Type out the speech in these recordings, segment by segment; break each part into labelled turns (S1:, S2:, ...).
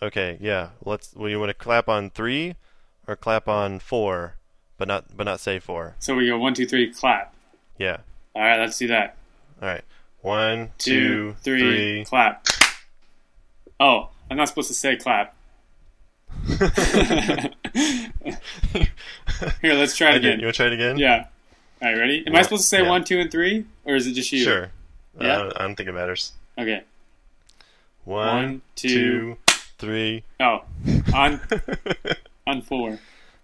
S1: Okay, yeah. Let's. Well, you want to clap on three, or clap on four, but not but not say four.
S2: So we go one, two, three, clap.
S1: Yeah.
S2: All right, let's do that.
S1: All right. One,
S2: Two, three,
S1: three.
S2: clap. Oh, I'm not supposed to say clap. Here, let's try
S1: Again,
S2: it again.
S1: you want to try it again?
S2: Yeah. All right, ready? Am I
S1: Yeah,
S2: supposed to say
S1: yeah.
S2: one, two, and three, or is it just you?
S1: Sure.
S2: Yeah.
S1: I, don't, I don't think it matters.
S2: Okay.
S1: One,
S2: One, two-
S1: two, three.
S2: Oh, on on four.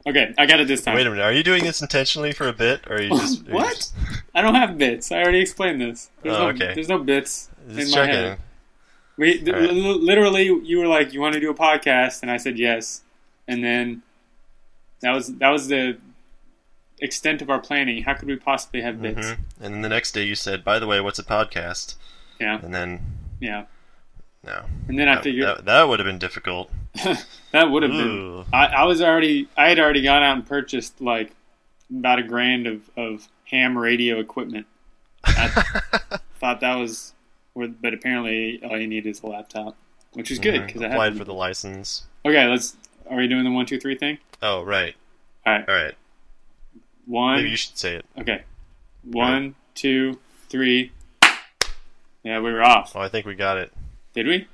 S2: Okay, I got it this time.
S1: Wait a minute. Are you doing this intentionally for a bit, or are you just are you
S2: What?
S1: Just,
S2: I don't have bits. I already explained this. There's
S1: Oh,
S2: no,
S1: okay.
S2: There's no bits in
S1: just
S2: my
S1: checking.
S2: head. We th-
S1: All right.
S2: li- literally, you were like, "You want to do a podcast?" and I said yes, and then that was that was the extent of our planning. How could we possibly have bits?
S1: Mhm. And then the next day you said, "By the way, what's a podcast?"
S2: Yeah,
S1: And then
S2: yeah.
S1: no,
S2: And then I
S1: Mm-hmm. That-
S2: figured
S1: that, that would have been difficult.
S2: That would have
S1: Ooh.
S2: been. I, I was already. I had already gone out and purchased like about a grand of, of ham radio equipment. I thought that was, worth- but apparently all you need is a laptop, which is good because
S1: Mhm.
S2: I had.
S1: applied
S2: one.
S1: for the license.
S2: Okay, let's. Are we doing the one, two, three thing?
S1: Oh right,
S2: All right,
S1: all right. Maybe
S2: one.
S1: you should say it.
S2: Okay, one, two, three. Yeah, we were off.
S1: Oh, I think we got it.
S2: Did we?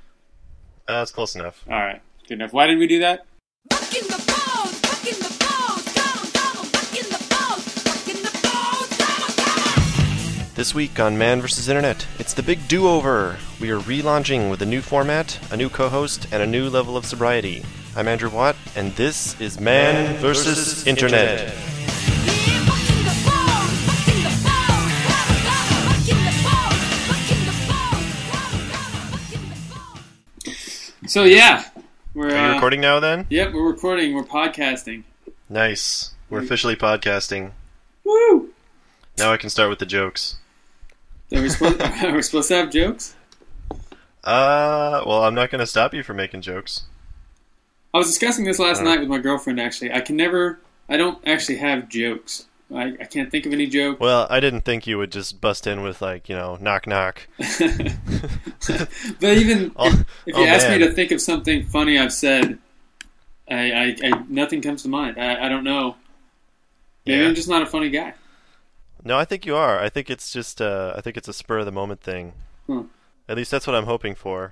S1: Uh, that's close enough.
S2: All right, good enough. Why did we do that?
S3: Bucking the balls, bucking the balls, down, down, bucking the balls, bucking the balls, down, down.
S1: This week on Man vs. Internet, it's the big do over. We are relaunching with a new format, a new co host, and a new level of sobriety. I'm Andrew Watt, and this is Man, versus, Internet.
S3: Yeah, bucking the balls, bucking the balls, down, down, bucking the balls, bucking the balls, down, down, bucking the balls.
S2: So yeah, we're.
S1: Are you
S2: uh,
S1: recording now then?
S2: Yep, we're recording. We're podcasting.
S1: Nice. We're officially podcasting.
S2: Woo!
S1: Now I can start with the jokes.
S2: Are we, supposed, are we supposed to have jokes?
S1: Uh, well, I'm not going to stop you from making jokes.
S2: I was discussing this last
S1: Uh.
S2: night with my girlfriend. Actually, I can never. I don't actually have jokes. I, I can't think of any joke.
S1: Well, I didn't think you would just bust in with, like, you know, knock knock.
S2: but even
S1: Oh,
S2: if, if you
S1: oh,
S2: ask
S1: man.
S2: me to think of something funny I've said, I, I, I nothing comes to mind. I, I don't know. Maybe
S1: Yeah.
S2: I'm just not a funny guy.
S1: No, I think you are. I think it's just, uh, I think it's a spur of the moment thing.
S2: Hmm.
S1: At least that's what I'm hoping for.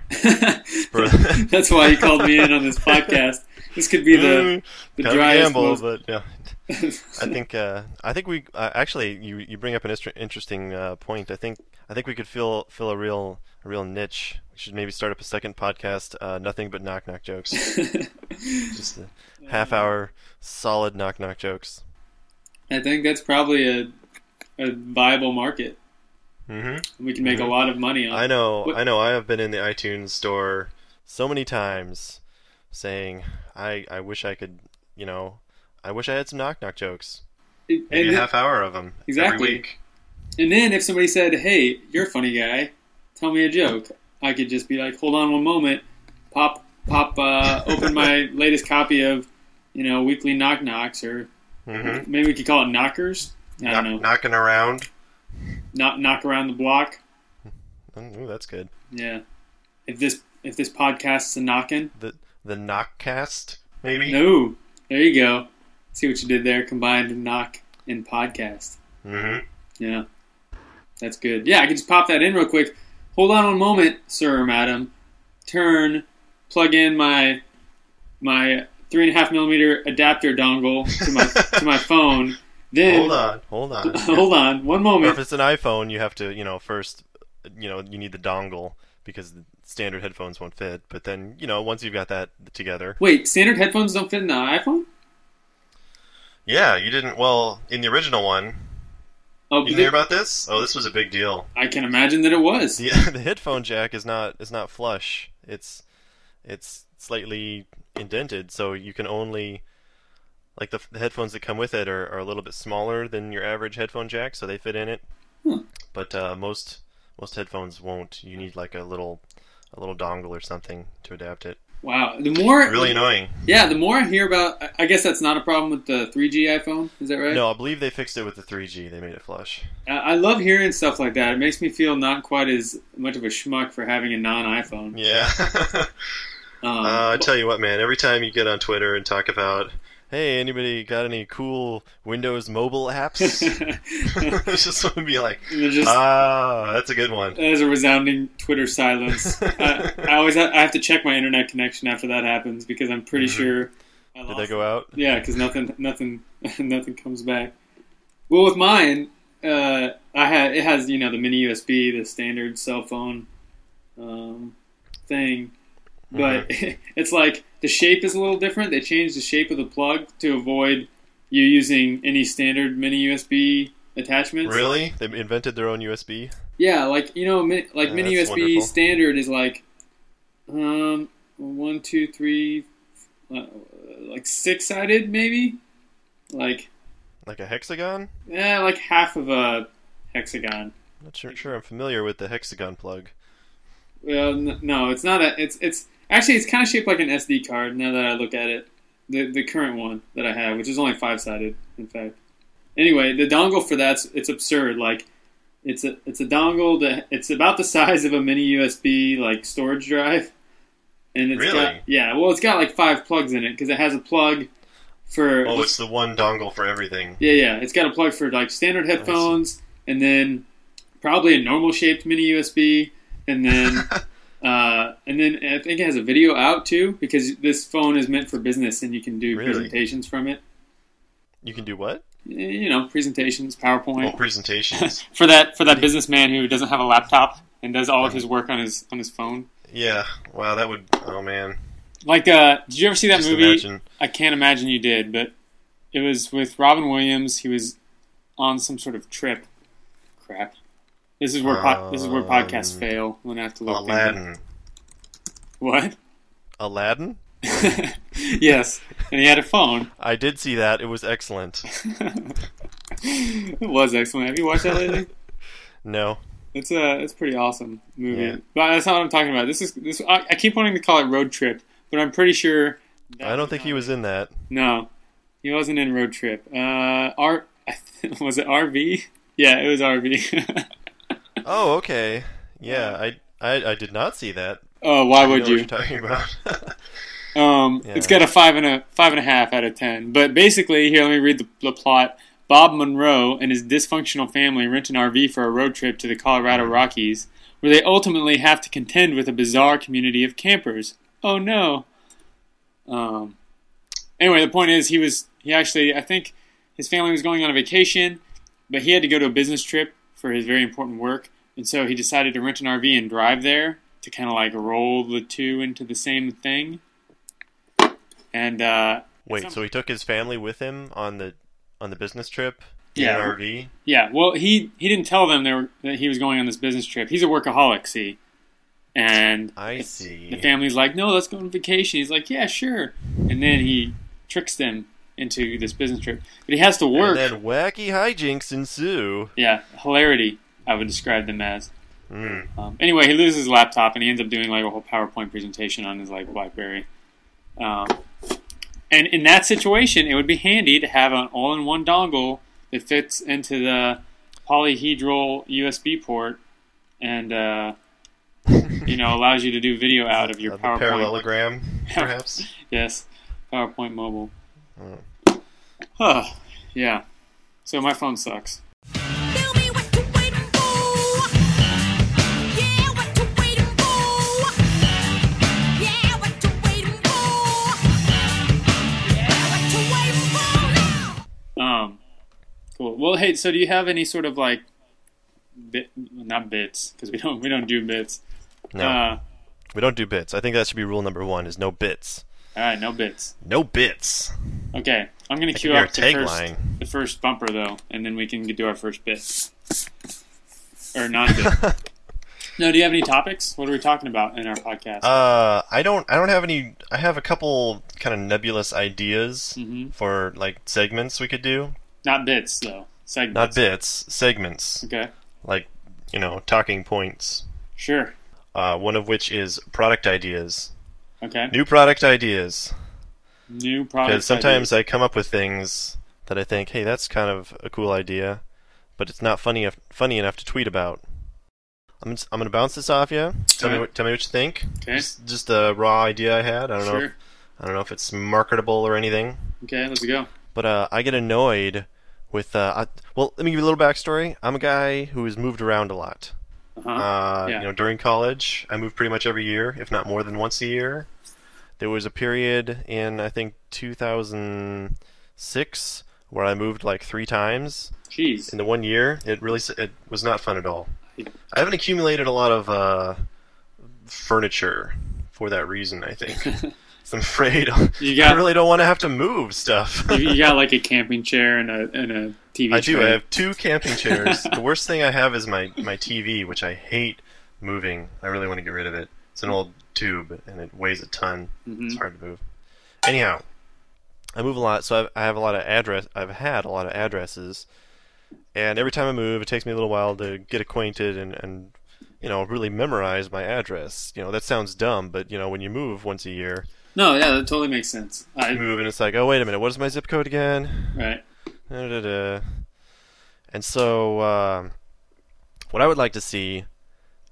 S2: That's why you called me in on this podcast. This could be the the
S1: kind of a
S2: driest.
S1: Mm-hmm. gamble,
S2: most-
S1: but yeah. I think uh, I think we uh, actually you you bring up an istre- interesting uh, point. I think I think we could fill fill a real a real niche. We should maybe start up a second podcast, uh, nothing but knock knock jokes, just a half hour solid knock knock jokes.
S2: I think that's probably a a viable market.
S1: hmm
S2: We can make a lot of money on.
S1: I know
S2: What-
S1: I know I have been in the iTunes store so many times saying I I wish I could you know I wish I had some knock knock jokes.
S2: it.
S1: Maybe
S2: and,
S1: a half hour of them
S2: Exactly.
S1: every week.
S2: and then if somebody said, "Hey, you're a funny guy, tell me a joke," I could just be like, "Hold on one moment, pop, pop, uh, open my latest copy of, you know, Weekly Knock Knocks, or
S1: Mhm.
S2: maybe we could call it Knockers. I don't
S1: Knock-
S2: know, knock,
S1: Knocking around.
S2: knock, around the block.
S1: Mm, Ooh, that's good.
S2: Yeah, if this if this podcast's a knockin',
S1: The the knockcast, maybe.
S2: no, there you go. See what you did there, combined knock and podcast.
S1: Mm-hmm.
S2: Yeah. That's good. Yeah, I can just pop that in real quick. Hold on one moment, sir or madam. Turn, plug in my my three and a half millimeter adapter dongle to my to my phone. Then
S1: Hold on, hold on.
S2: hold on, one
S1: or if
S2: moment.
S1: it's an iPhone, you have to, you know, first, you know, you need the dongle because the standard headphones won't fit. But then, you know, once you've got that together,
S2: Wait, standard headphones don't fit in the iPhone?
S1: yeah, you didn't. Well, in the original one,
S2: Oh,
S1: you
S2: but
S1: didn't
S2: they-
S1: hear about this? Oh, this was a big deal.
S2: I can imagine that it was.
S1: The the headphone jack is not is not flush. It's it's slightly indented, so you can only like the, the headphones that come with it are, are a little bit smaller than your average headphone jack, so they fit in it.
S2: Hmm.
S1: But uh, most most headphones won't. You need like a little a little dongle or something to adapt it.
S2: Wow. The more
S1: Really annoying.
S2: Yeah, the more I hear about I- I guess that's not a problem with the 3G iPhone, is that right?
S1: No, I believe they fixed it with the 3G. They made it flush.
S2: I I love hearing stuff like that. It makes me feel not quite as much of a schmuck for having a non iPhone.
S1: Yeah.
S2: Um,
S1: Uh, I tell you what, man. Every time you get on Twitter and talk about, hey, anybody got any cool Windows mobile apps? I just want to be like,
S2: They're just-
S1: ah, that's a good one.
S2: There's a resounding Twitter silence. I, I always ha- I have to check my internet connection after that happens because I'm pretty sure. I
S1: Mm-hmm. Did
S2: lost
S1: they go out?
S2: Yeah, because nothing, nothing, nothing comes back. Well, with mine, uh, I had it has you know the mini USB, the standard cell phone um, thing, but it's like the shape is a little different. They changed the shape of the plug to avoid you using any standard mini USB attachments.
S1: Really? They invented their own USB?
S2: Yeah, like you know, mi- like
S1: Yeah,
S2: mini
S1: that's
S2: USB
S1: wonderful.
S2: standard is like, um, one, two, three, uh, like six sided maybe, like
S1: Like a hexagon?
S2: eh, like half of a hexagon.
S1: Not sure, sure I'm familiar with the hexagon plug.
S2: Well, n- no, it's not a. It's it's actually it's kind of shaped like an SD card. Now that I look at it, the the current one that I have, which is only five sided, in fact. Anyway, the dongle for that's it's absurd. Like, it's a it's a dongle that it's about the size of a mini USB like storage drive, and it's
S1: Really?
S2: got yeah. Well, it's got like five plugs in it because it has a plug for
S1: Oh, it's the one dongle for everything.
S2: Yeah, yeah. It's got a plug for like standard headphones, and then probably a normal shaped mini USB, and then uh, and then I think it has a video out too because this phone is meant for business, and you can do
S1: Really?
S2: presentations from it.
S1: You can do what?
S2: Eh, You know, presentations,
S1: Oh,
S2: PowerPoint
S1: presentations.
S2: for that for that businessman who doesn't have a laptop and does all of his work on his on his phone.
S1: yeah. Wow, that would. Oh man.
S2: Like, uh, did you ever see that
S1: Just
S2: movie?
S1: imagine.
S2: I can't imagine you did, but it was with Robin Williams. He was on some sort of trip. Crap. This is where po- this is where podcasts
S1: Um,
S2: fail. I'm gonna have to look. things up.
S1: Aladdin.
S2: What?
S1: Aladdin?
S2: yes, and he had a phone.
S1: I did see that. It was excellent.
S2: it was excellent. Have you watched that lately?
S1: No.
S2: It's a it's a pretty awesome movie.
S1: Yeah.
S2: But that's not what I'm talking about. This is this. I, I keep wanting to call it Road Trip, but I'm pretty sure.
S1: I don't think he was in that.
S2: No, he wasn't in Road Trip. Uh, R was it RV? Yeah, it was RV.
S1: Oh, okay. Yeah, I, I, I did not see that.
S2: Oh,
S1: I
S2: why
S1: know
S2: would
S1: what you're
S2: you?
S1: talking about?
S2: Um,
S1: Yeah.
S2: It's got a five and a five and a half out of ten. But basically, here let me read the, the plot. Bob Monroe and his dysfunctional family rent an RV for a road trip to the Colorado Rockies, where they ultimately have to contend with a bizarre community of campers. Oh no. Um. Anyway, the point is, he was he actually I think his family was going on a vacation, but he had to go to a business trip for his very important work, and so he decided to rent an RV and drive there to kind of like roll the two into the same thing. And uh,
S1: Wait,
S2: Some-
S1: so he took his family with him on the on the business trip
S2: Yeah.
S1: in an RV?
S2: yeah, well, he he didn't tell them they were, that he was going on this business trip. He's a workaholic, see, and
S1: I
S2: the
S1: see.
S2: family's like, "No, let's go on vacation." He's like, "Yeah, sure," and then he tricks them into this business trip. But he has to
S1: And
S2: work.
S1: then wacky hijinks ensue.
S2: yeah, hilarity. I would describe them as.
S1: Mm.
S2: Um, anyway, he loses his laptop and he ends up doing like a whole PowerPoint presentation on his like BlackBerry. Um, and in that situation, it would be handy to have an all-in-one dongle that fits into the polyhedral USB port, and uh, you know allows you to do video out of your
S1: Uh, the
S2: PowerPoint.
S1: parallelogram, perhaps.
S2: Yes, PowerPoint Mobile.
S1: Oh.
S2: Huh. Yeah. So my phone sucks.
S3: Tell me what to wait for. Yeah, what to wait for. Yeah, what to wait for. Yeah, what to wait for now.
S2: Um, cool. Well, hey, so do you have any sort of like, bit, not bits because we don't we don't do bits.
S1: no,
S2: Uh,
S1: we don't do bits. I think that should be rule number one: is no bits.
S2: all right, no bits.
S1: No bits.
S2: Okay, I'm gonna
S1: That
S2: queue
S1: could be our
S2: up the first,
S1: tagline.
S2: the first bumper though, and then we can do our first bit or non bit. no, do you have any topics? What are we talking about in our podcast?
S1: Uh, I don't. I don't have any. I have a couple kind of nebulous ideas
S2: Mhm.
S1: for like segments we could do.
S2: not bits though. Segments.
S1: Not bits, segments.
S2: Okay.
S1: Like you know, talking points.
S2: Sure.
S1: Uh, one of which is product ideas.
S2: Okay.
S1: New product ideas.
S2: New product.
S1: Because sometimes I come up with things that I think, hey, that's kind of a cool idea, but it's not funny enough, funny enough to tweet about. I'm just, I'm gonna bounce this off you. Tell me
S2: Alright.
S1: what tell me what you think.
S2: Okay.
S1: Just, just a raw idea I had. I don't know.
S2: Sure.
S1: If, I don't know if it's marketable or anything.
S2: Okay, let's go.
S1: But uh, I get annoyed with. Uh, I, well, let me give you a little backstory. I'm a guy who has moved around a lot.
S2: Uh-huh.
S1: Uh,
S2: Yeah.
S1: You know, during college, I moved pretty much every year, if not more than once a year. There was a period in I think 2006 where I moved like three times
S2: Jeez.
S1: in the one year. It really s- it was not fun at all. I haven't accumulated a lot of uh, furniture for that reason. I think. So I'm afraid
S2: You
S1: I
S2: got-
S1: really don't want to have to move stuff.
S2: you, you got like a camping chair and a and a TV.
S1: I do. I
S2: tray.
S1: have two camping chairs. the worst thing I have is my, my TV, which I hate moving. I really want to get rid of it. It's an old tube, and it weighs a ton. It's hard to move. Anyhow, I move a lot, so I've, I have a lot of address. I've had a lot of addresses, and every time I move, it takes me a little while to get acquainted and and you know really memorize my address. You know that sounds dumb, but you know when you move once a year,
S2: No, yeah, that totally makes sense.
S1: you
S2: I,
S1: move and it's like, oh wait a minute, what is my zip code again?
S2: right.
S1: Da-da-da. And so, um what I would like to see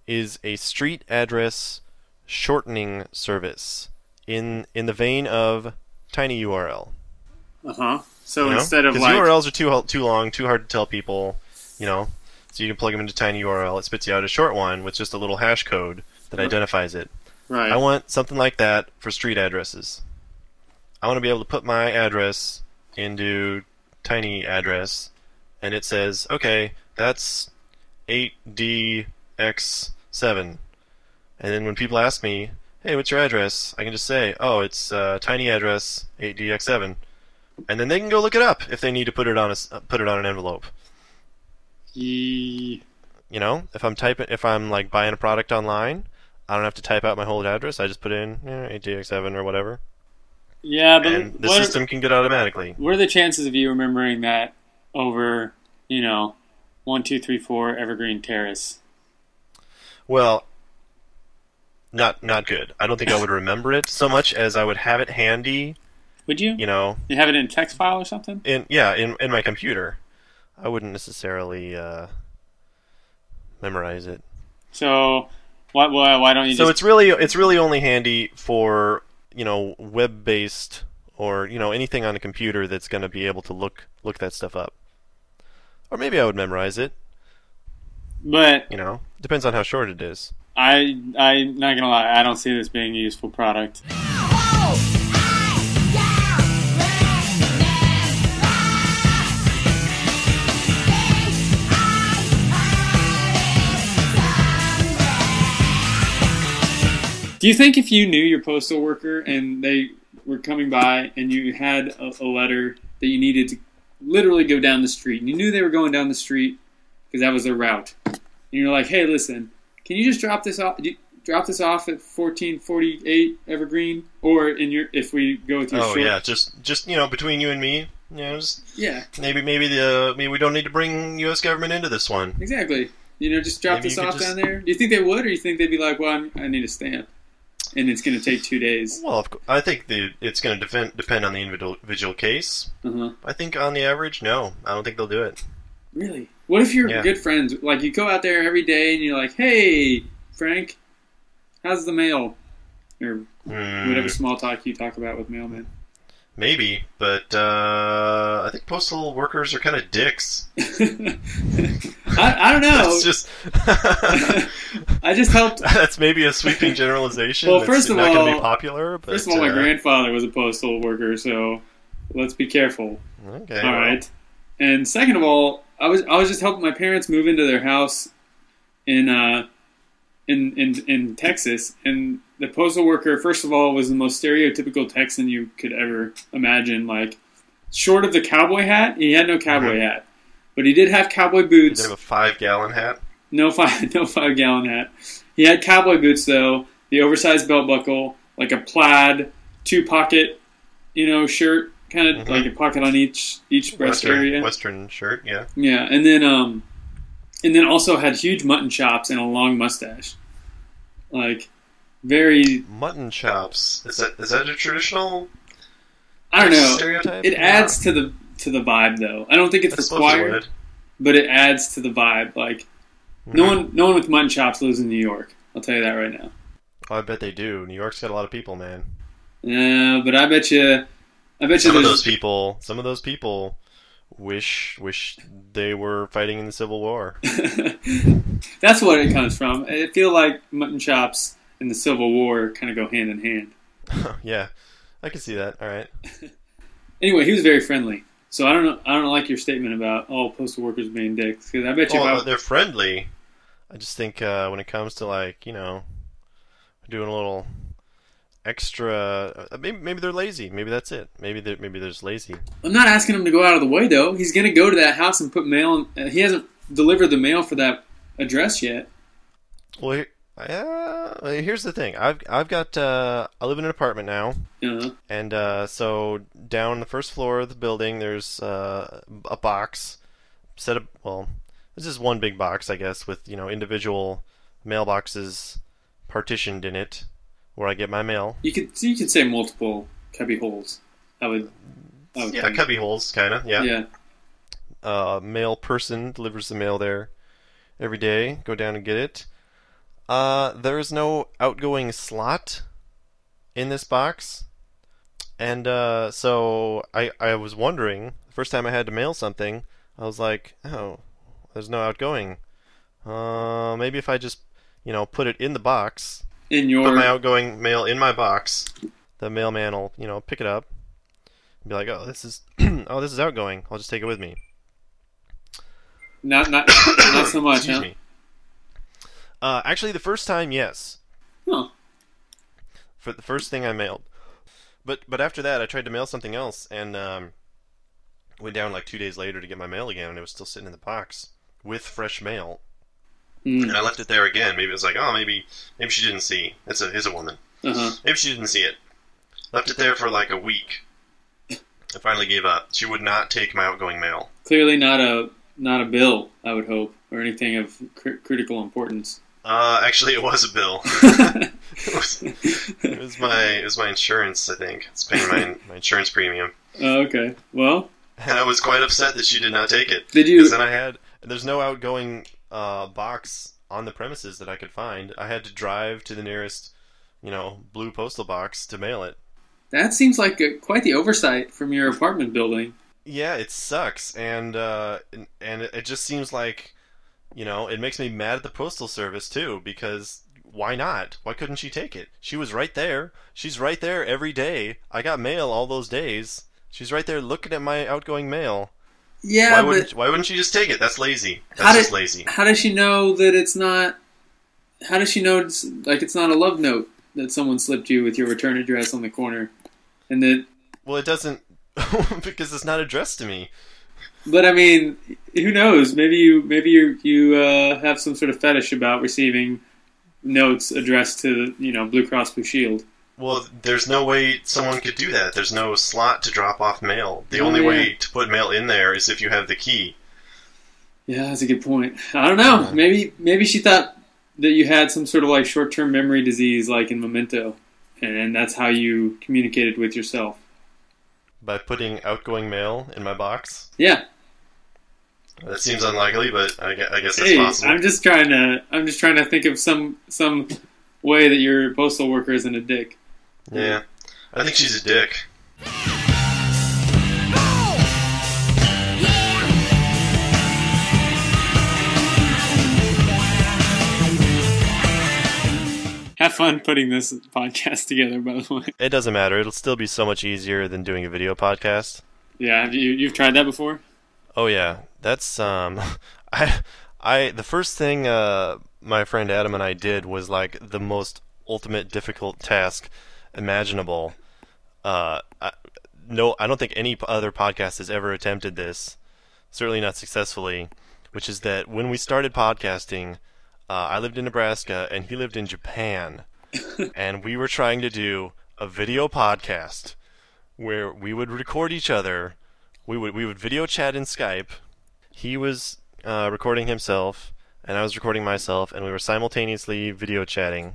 S1: is a street address shortening service in in the vein of tiny URL.
S2: Uh huh. So
S1: you know?
S2: instead of
S1: 'Cause
S2: like
S1: URLs are too hel- too long, too hard to tell people, you know. So you can plug them into tiny URL. It spits you out a short one with just a little hash code
S2: Hmm.
S1: that identifies it.
S2: right,
S1: I want something like that for street addresses. I want to be able to put my address into tiny address, and it says, okay, that's 8DX7. And then when people ask me, hey, what's your address? I can just say, oh, it's uh, tiny address 8DX7. And then they can go look it up if they need to put it on a s- uh, put it on an envelope.
S2: Ye-
S1: You know, if I'm typing, if I'm like buying a product online, I don't have to type out my whole address. I just put in eh, 8DX7 or whatever.
S2: yeah, but
S1: and the
S2: what,
S1: system can get automatically.
S2: what are the chances of you remembering that over you know one two three four Evergreen Terrace?
S1: Well, not not good. I don't think I would remember it so much as I would have it handy,
S2: Would you?
S1: you know,
S2: You have it in a text file or something?
S1: in yeah, in in my computer. I wouldn't necessarily uh, memorize it.
S2: So why why why don't you
S1: So
S2: just
S1: it's really it's really only handy for you know web based or you know anything on a computer that's going to be able to look look that stuff up. Or maybe I would memorize it.
S2: but
S1: You know, depends on how short it is.
S2: I I'm not gonna lie, I don't see this being a useful product. Do you think if you knew your postal worker and they were coming by and you had a, a letter that you needed to literally go down the street and you knew they were going down the street because that was their route, and you're like, "Hey, listen, can you just drop this off? You, drop this off at 1448 Evergreen, or in your if we go with your
S1: Oh
S2: short-
S1: yeah, just just you know between you and me, you know, just
S2: yeah,
S1: Maybe maybe the uh, maybe we don't need to bring U.S. government into this one.
S2: exactly. You know, just drop
S1: Maybe
S2: this
S1: you could
S2: off
S1: just-
S2: down there. Do you think they would, or you think they'd be like, "Well, I'm, I need a stamp, and it's going to take two days."
S1: Well, of, cou- I think the it's going to defend, depend on the individual individual case.
S2: Uh-huh.
S1: I think on the average, no, I don't think they'll do it.
S2: Really? What if you're
S1: Yeah.
S2: good friends? Like you go out there every day and you're like, "Hey, Frank, how's the mail?" Or
S1: Hmm,
S2: whatever small talk you talk about with mailmen.
S1: maybe, but uh, I think postal workers are kind of dicks.
S2: I, I don't know.
S1: That's just
S2: I just helped.
S1: that's maybe a sweeping generalization.
S2: Well,
S1: that's
S2: first of
S1: not going to
S2: all-
S1: be popular. But,
S2: First of all, my
S1: uh,
S2: grandfather was a postal worker, so let's be careful.
S1: Okay,
S2: All
S1: well,
S2: right. And second of all, I was I was just helping my parents move into their house in uh in in, in Texas, and the postal worker first of all was the most stereotypical Texan you could ever imagine. Like, short of the cowboy hat, he had no cowboy
S1: Mhm.
S2: hat, but he did have cowboy
S1: you
S2: boots.
S1: can have a five gallon hat.
S2: No five, no five gallon hat. He had cowboy boots though, the oversized belt buckle, like a plaid two pocket, you know, shirt, kind of
S1: Mhm.
S2: like a pocket on each each breast area.
S1: Western, Western shirt, yeah.
S2: Yeah, and then um, and then also had huge mutton chops and a long mustache, like very.
S1: Mutton chops. Is that is that a traditional
S2: I don't know.
S1: stereotype?
S2: It adds to the to the vibe though. I don't think it's
S1: I suppose it
S2: required,
S1: would.
S2: but it adds to the vibe. Like
S1: Mm-hmm.
S2: No one, no one with mutton chops lives in New York. I'll tell you that right now.
S1: I bet they do. New York's got a lot of people, man.
S2: Uh, but I bet you, I bet you
S1: Some of
S2: there's
S1: those people, some of those people, wish wish they were fighting in the Civil War.
S2: That's what it comes from. I feel like mutton chops and the Civil War kind of go hand in hand.
S1: yeah, I can see that. All right.
S2: Anyway, he was very friendly. So I don't know. I don't like your statement about all postal workers being dicks because I bet you. if I
S1: Oh,
S2: was-
S1: they're friendly. I just think uh, when it comes to like you know, doing a little extra, uh, maybe maybe they're lazy. Maybe that's it. Maybe they're maybe they're just lazy.
S2: I'm not asking him to go out of the way though. He's gonna go to that house and put mail. In, uh, he hasn't delivered the mail for that address yet.
S1: Well, here- uh, here's the thing. I've I've got uh, I live in an apartment now.
S2: Uh,
S1: And uh, so down the first floor of the building, there's uh, a box set up. Well, this is one big box, I guess, with you know individual mailboxes partitioned in it, where I get my mail.
S2: you could you could say multiple cubby holes. I would. I would
S1: Yeah,
S2: think.
S1: cubby holes, kind of. Yeah.
S2: Oh, Yeah.
S1: Uh, mail person delivers the mail there every day. Go down and get it. Uh, there is no outgoing slot in this box, and uh, so I I was wondering the first time I had to mail something, I was like, oh, there's no outgoing. Uh, maybe if I just you know put it in the box,
S2: In your
S1: put my outgoing mail in my box, the mailman will you know pick it up, and be like, oh, this is oh this is outgoing. I'll just take it with me.
S2: not not not so much.
S1: Excuse
S2: huh?
S1: me. Uh, actually, the first time, yes.
S2: Huh.
S1: For the first thing I mailed, but but after that, I tried to mail something else and um, went down like two days later to get my mail again, and it was still sitting in the box with fresh mail.
S2: Mm,
S1: And I left it there again. Maybe it was like, oh, maybe maybe she didn't see. It's a it's a woman.
S2: uh-huh.
S1: Maybe she didn't see it. Left it there for like a week. I finally gave up. She would not take my outgoing mail.
S2: Clearly not a not a bill. I would hope or anything of cr- critical importance.
S1: Uh, actually, it was a bill. it, was, it was my it was my insurance. I think it's paying my my insurance premium,
S2: Oh, okay. Well,
S1: and I was quite upset that she did not take it.
S2: did you?
S1: Because then I had there's no outgoing uh, box on the premises that I could find. I had to drive to the nearest, you know, blue postal box to mail it.
S2: That seems like a, quite the oversight from your apartment building.
S1: Yeah, it sucks, and uh, and- and it just seems like, you know, it makes me mad at the postal service too because why not? Why couldn't she take it? She was right there. She's right there every day. I got mail all those days. She's right there looking at my outgoing mail.
S2: Yeah,
S1: why wouldn't
S2: but
S1: Why wouldn't she just take it? That's lazy.
S2: How
S1: That's
S2: did-
S1: just lazy.
S2: how does she know that it's not? How does she know it's like it's not a love note that someone slipped you with your return address on the corner, and that?
S1: Well, it doesn't because it's not addressed to me.
S2: But I mean, who knows? Maybe you maybe you you uh, have some sort of fetish about receiving notes addressed to you know Blue Cross Blue Shield.
S1: Well, there's no way someone could do that. There's no slot to drop off mail. The
S2: Oh,
S1: only
S2: yeah.
S1: way to put mail in there is if you have the key.
S2: Yeah, that's a good point. I don't know. Maybe maybe she thought that you had some sort of like short term memory disease, like in Memento, and that's how you communicated with yourself.
S1: By putting outgoing mail in my box.
S2: Yeah.
S1: That seems unlikely, but I gue- I guess that's
S2: Hey,
S1: possible.
S2: I'm just trying to I'm just trying to think of some some way that your postal worker isn't a dick.
S1: yeah. I think she's a dick.
S2: Have fun putting this podcast together, by the way.
S1: It doesn't matter. It'll still be so much easier than doing a video podcast.
S2: Yeah, have you you've tried that before?
S1: Oh yeah, that's um, I, I the first thing uh my friend Adam and I did was like the most ultimate difficult task imaginable. Uh, I, no, I don't think any p- other podcast has ever attempted this. Certainly not successfully. Which is that when we started podcasting, uh, I lived in Nebraska and he lived in Japan, and we were trying to do a video podcast where we would record each other. We would we would video chat in Skype. He was uh, recording himself, and I was recording myself, and we were simultaneously video chatting.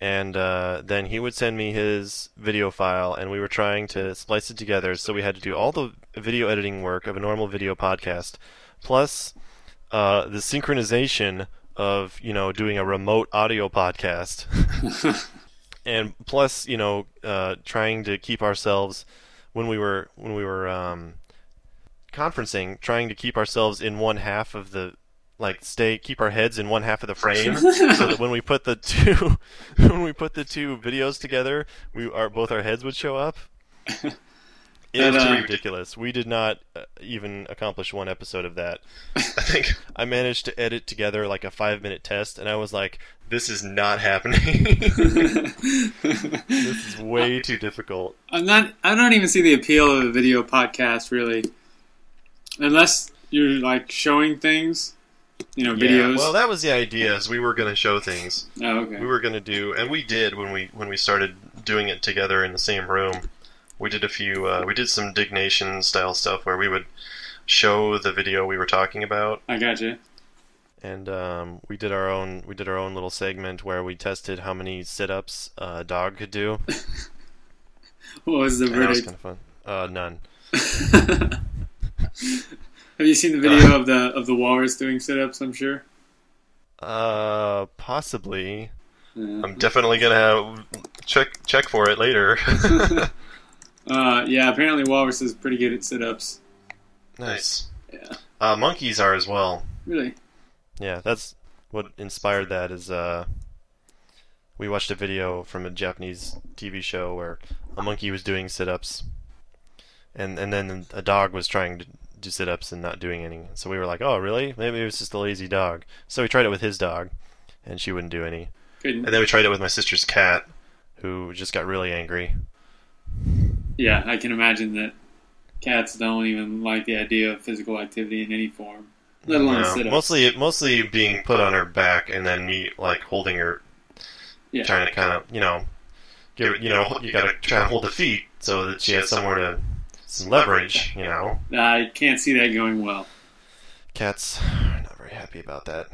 S1: And uh, then he would send me his video file, and we were trying to splice it together. So we had to do all the video editing work of a normal video podcast, plus uh, the synchronization of you know doing a remote audio podcast, and plus you know uh, trying to keep ourselves when we were when we were um, conferencing, trying to keep ourselves in one half of the like stay keep our heads in one half of the frame so that when we put the two when we put the two videos together we are both our heads would show up it
S2: And,
S1: was
S2: uh,
S1: pretty ridiculous we did not uh, even accomplish one episode of that i think i managed to edit together like a five minute test and i was like this is not happening this is way too difficult
S2: I'm not. I don't even see the appeal of a video podcast really, unless you're like showing things, you know, videos.
S1: yeah, well that was the idea is we were going to show things
S2: oh, okay.
S1: we were gonna do, and we did when we when we started doing it together in the same room. We did a few. Uh, we did some dignation style stuff where we would show the video we were talking about,
S2: I gotcha.
S1: and um, we did our own. We did our own little segment where we tested how many sit ups a dog could do.
S2: What was the
S1: And that was
S2: verdict?
S1: kind of fun. Uh, none.
S2: Have you seen the video of the of the walrus doing sit-ups? I'm sure.
S1: Uh, possibly.
S2: Yeah.
S1: I'm definitely gonna have check check for it later.
S2: Uh, yeah. Apparently, walrus is pretty good at sit-ups.
S1: nice.
S2: Yeah.
S1: Uh, monkeys are as well.
S2: Really?
S1: Yeah, that's what inspired that is uh we watched a video from a Japanese TV show where a monkey was doing sit-ups and and then a dog was trying to do sit-ups and not doing any. So we were like, "Oh, really? Maybe it was just a lazy dog." So we tried it with his dog and she wouldn't do any.
S2: Couldn't.
S1: And then we tried it with my sister's cat who just got really angry.
S2: Yeah, I can imagine that cats don't even like the idea of physical activity in any form, let alone
S1: No,
S2: sit ups.
S1: mostly mostly being put on her back and then me like holding her
S2: Yeah.
S1: trying to kind of you know give you know you gotta try and hold the feet so that she has somewhere to some leverage you know
S2: I can't see that going well.
S1: cats are not very happy about that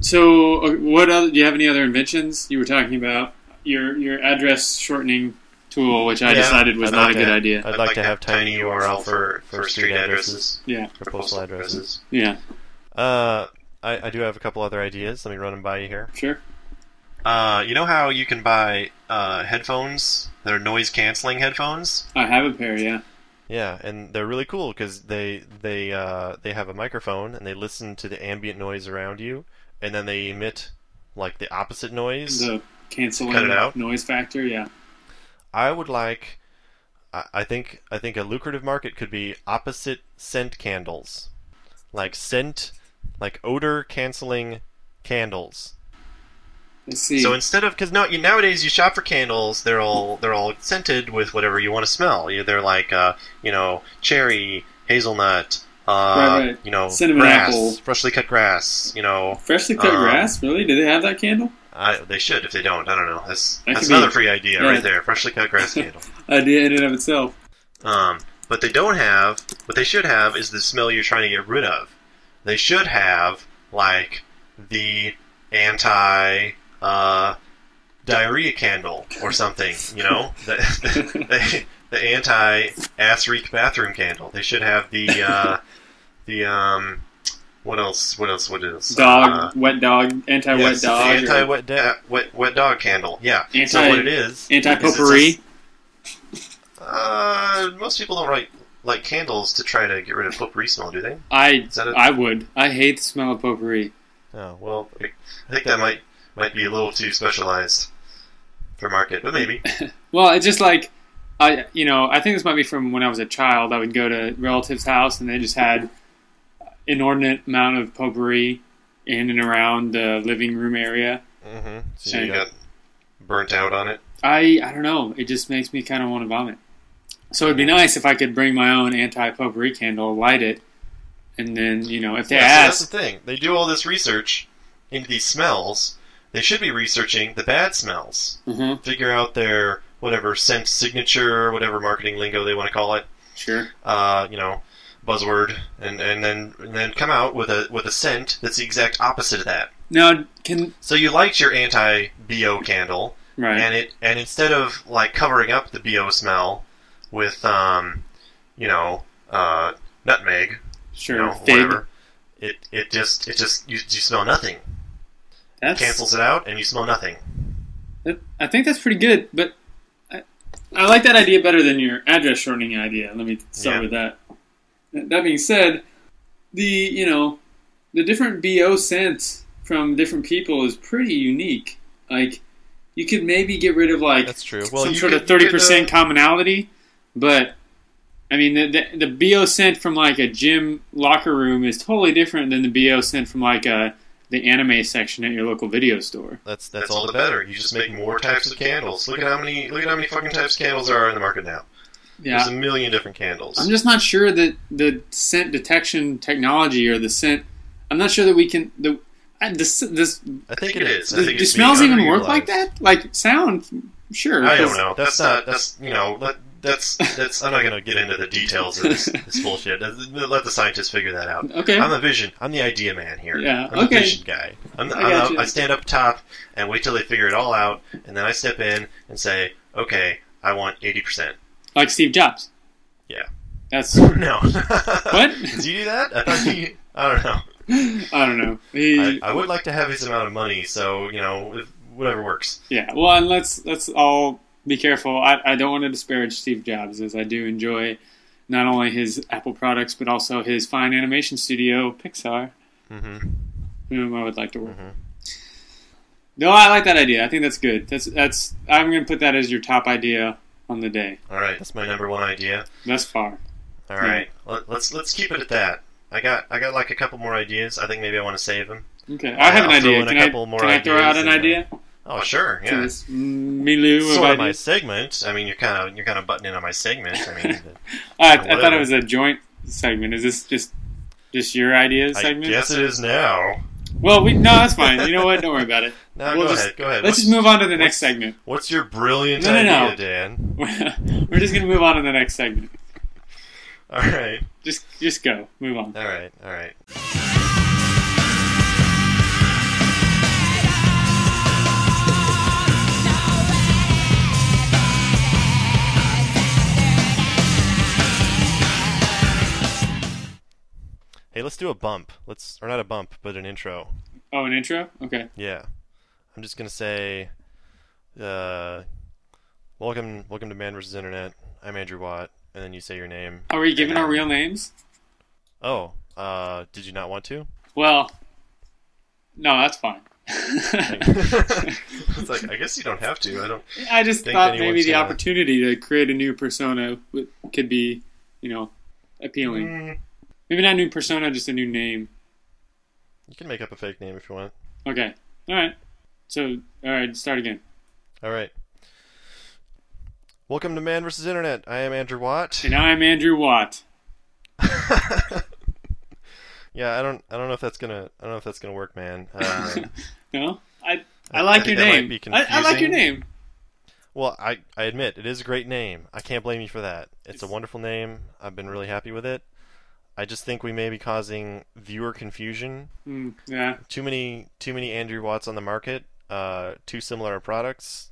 S2: So, uh, what other? Do you have any other inventions? You were talking about your your address shortening tool, which I
S1: Yeah,
S2: decided was
S1: I'd
S2: not
S1: like
S2: a good
S1: to-
S2: idea.
S1: i'd like to have tiny url for for street addresses
S2: Yeah,
S1: for postal addresses
S2: yeah,
S1: uh I, I do have a couple other ideas let me run them by you here
S2: sure.
S1: uh you know how you can buy uh headphones that are noise canceling headphones
S2: I have a pair. Yeah,
S1: Yeah, and they're really cool because they they uh, they have a microphone and they listen to the ambient noise around you, and then they emit like the opposite noise.
S2: the canceling
S1: Cut it out.
S2: noise factor. Yeah,
S1: I would like, I, I think I think a lucrative market could be opposite scent candles, like scent, like odor canceling candles.
S2: let's see.
S1: So instead of because now you, nowadays you shop for candles, they're all they're all scented with whatever you want to smell. You- They're like uh, you know cherry, hazelnut, uh,
S2: Right, right.
S1: you know
S2: Cinnamon
S1: grass,
S2: apple.
S1: freshly cut grass. You know
S2: Freshly cut
S1: um,
S2: grass. Really? Do they have that candle?
S1: I, they should if they don't. I don't know. That's
S2: That
S1: that's
S2: could be-
S1: another free idea
S2: yeah.
S1: right there. Freshly cut grass candle.
S2: Idea in and of itself.
S1: Um, but they don't have. What they should have is the smell you're trying to get rid of. They should have like the anti uh, diarrhea candle or something. You know, the, the, the anti ass reek bathroom candle. They should have the uh, the um, what else? What else? What else? Uh,
S2: Dog, wet dog, anti-wet
S1: yes, the
S2: dog,
S1: anti
S2: anti
S1: wet, da- wet wet dog candle. Yeah. so
S2: Anti-
S1: what it is?
S2: anti-potpourri.
S1: is it's Uh, most people don't write like candles to try to get rid of potpourri smell, do they?
S2: I
S1: that a-
S2: I would. I hate the smell of potpourri.
S1: Oh well, I think that might might be a little too specialized for market, but maybe.
S2: Well, it's just like I, you know, I think this might be from when I was a child. I would go to relatives' house and they just had inordinate amount of potpourri in and around the living room area.
S1: mm-hmm. So
S2: There
S1: you
S2: you go.
S1: got burnt out on it.
S2: I I don't know. It just makes me kind of want to vomit. So it'd be nice if I could bring my own anti potpourri candle, light it, and then you know if they
S1: Yeah, so
S2: ask,
S1: that's the thing. They do all this research into these smells. They should be researching the bad smells.
S2: Mhm,
S1: Figure out their whatever scent signature, whatever marketing lingo they want to call it.
S2: sure,
S1: uh, you know, buzzword, and, and then and then come out with a with a scent that's the exact opposite of that.
S2: now can
S1: So you liked your anti bo candle,
S2: Right.
S1: and it and instead of like covering up the bo smell with um, you know uh, nutmeg, you
S2: sure.
S1: know
S2: Fig.
S1: whatever, it it just it just you, you smell nothing.
S2: That's,
S1: Cancels it out, and you smell nothing.
S2: that- I think that's pretty good, but I, I like that idea better than your address shortening idea. Let me start
S1: Yeah.
S2: with that. That being said, the you know the different bo scents from different people is pretty unique. Like you could maybe get rid of like
S1: That's true. Well,
S2: some
S1: you
S2: sort
S1: could
S2: of thirty percent
S1: get, uh,
S2: commonality, but I mean the, the the bo scent from like a gym locker room is totally different than the bo scent from like a the anime section at your local video store.
S1: That's, that's all the better. You just make more types of candles. Look at how many look at how many fucking types of candles there are in the market now. There's
S2: Yeah,
S1: a million different candles.
S2: I'm just not sure that the scent detection technology or the scent. I'm not sure that we can the. I- This, this,
S1: I think it is. I
S2: do
S1: think
S2: do
S1: it's
S2: smells
S1: being
S2: even work
S1: underutilized.
S2: like that? Like sound, sure.
S1: I don't
S2: because-
S1: know. That's not. That's you know. Let, that's that's. I'm not gonna get into the details of this, this bullshit. Let the scientists figure that out.
S2: Okay,
S1: I'm the vision. I'm the idea man here.
S2: Yeah,
S1: I'm
S2: okay.
S1: the vision guy. I'm the,
S2: I
S1: I, am
S2: got
S1: the,
S2: you.
S1: I stand up top and wait till they figure it all out, and then I step in and say, "Okay, I want 80 percent."
S2: like Steve Jobs.
S1: Yeah.
S2: that's
S1: No.
S2: what
S1: Did you do that? I, thought you- I don't know.
S2: I don't know. He,
S1: I, I would like to have his amount of money, so you know, if, whatever works.
S2: Yeah, well, and let's let's all be careful. I, I don't want to disparage Steve Jobs, as I do enjoy not only his Apple products but also his fine animation studio Pixar,
S1: Mm-hmm.
S2: whom I would like to work.
S1: Mhm.
S2: with. No, I like that idea. I think that's good. That's that's. I'm going to put that as your top idea on the day
S1: All right, that's my number one idea.
S2: thus far.
S1: All right, Let, let's let's keep it at that. I got I got like a couple more ideas. I think maybe I want to save them.
S2: Okay, I have an
S1: I'll throw
S2: idea.
S1: in a
S2: Can I,
S1: couple more
S2: can I throw
S1: ideas
S2: out an
S1: and, uh,
S2: idea
S1: Oh sure,
S2: to
S1: yeah.
S2: this milieu
S1: Sort
S2: of
S1: of my
S2: ideas?
S1: segment. I mean, you're kind of you're kind of butting in on my segment. I mean,
S2: Oh, I, I thought
S1: whatever.
S2: it was a joint segment. Is this just just your ideas
S1: I
S2: segment?
S1: guess it is now.
S2: Well, we no, that's fine. You know what? Don't worry about it.
S1: No,
S2: We'll
S1: go
S2: just-
S1: ahead, go ahead.
S2: Let's
S1: What's,
S2: just move on to the next segment.
S1: what's your brilliant
S2: No, no,
S1: idea,
S2: no.
S1: Dan?
S2: We're just gonna move on to the next segment.
S1: All right,
S2: Just, just go. Move on.
S1: all right, all right. Hey, let's do a bump. Let's or not a bump, but an intro.
S2: Oh, an intro. Okay.
S1: Yeah, I'm just gonna say, uh, welcome, welcome to Man vs. Internet. I'm Andrew Watt, and then you say your name.
S2: Are we giving our real names?
S1: Oh, uh, did you not want to?
S2: Well, no, that's fine.
S1: it's like I guess you don't have to. I don't.
S2: I just
S1: Think
S2: thought
S1: anyone's
S2: maybe the
S1: gonna-
S2: opportunity to create a new persona w- could be, you know, appealing.
S1: Mm,
S2: Maybe not new persona, just a new name.
S1: you can make up a fake name if you want.
S2: Okay. All right. So, all right, start again.
S1: All right. Welcome to Man vs. Internet. I am Andrew Watt.
S2: And I'm Andrew Watt.
S1: yeah, I don't. I don't know if that's gonna. I don't know if that's gonna work, man. Um,
S2: No, I,
S1: I
S2: I like
S1: think
S2: your
S1: that might
S2: name.
S1: be
S2: I, I like your
S1: confusing.
S2: name.
S1: Well, I, I admit it is a great name. I can't blame you for that. It's a wonderful name. I've been really happy with it. I just think we may be causing viewer confusion.
S2: Mm, yeah.
S1: Too many too many Andrew Watts on the market. Uh, too similar products.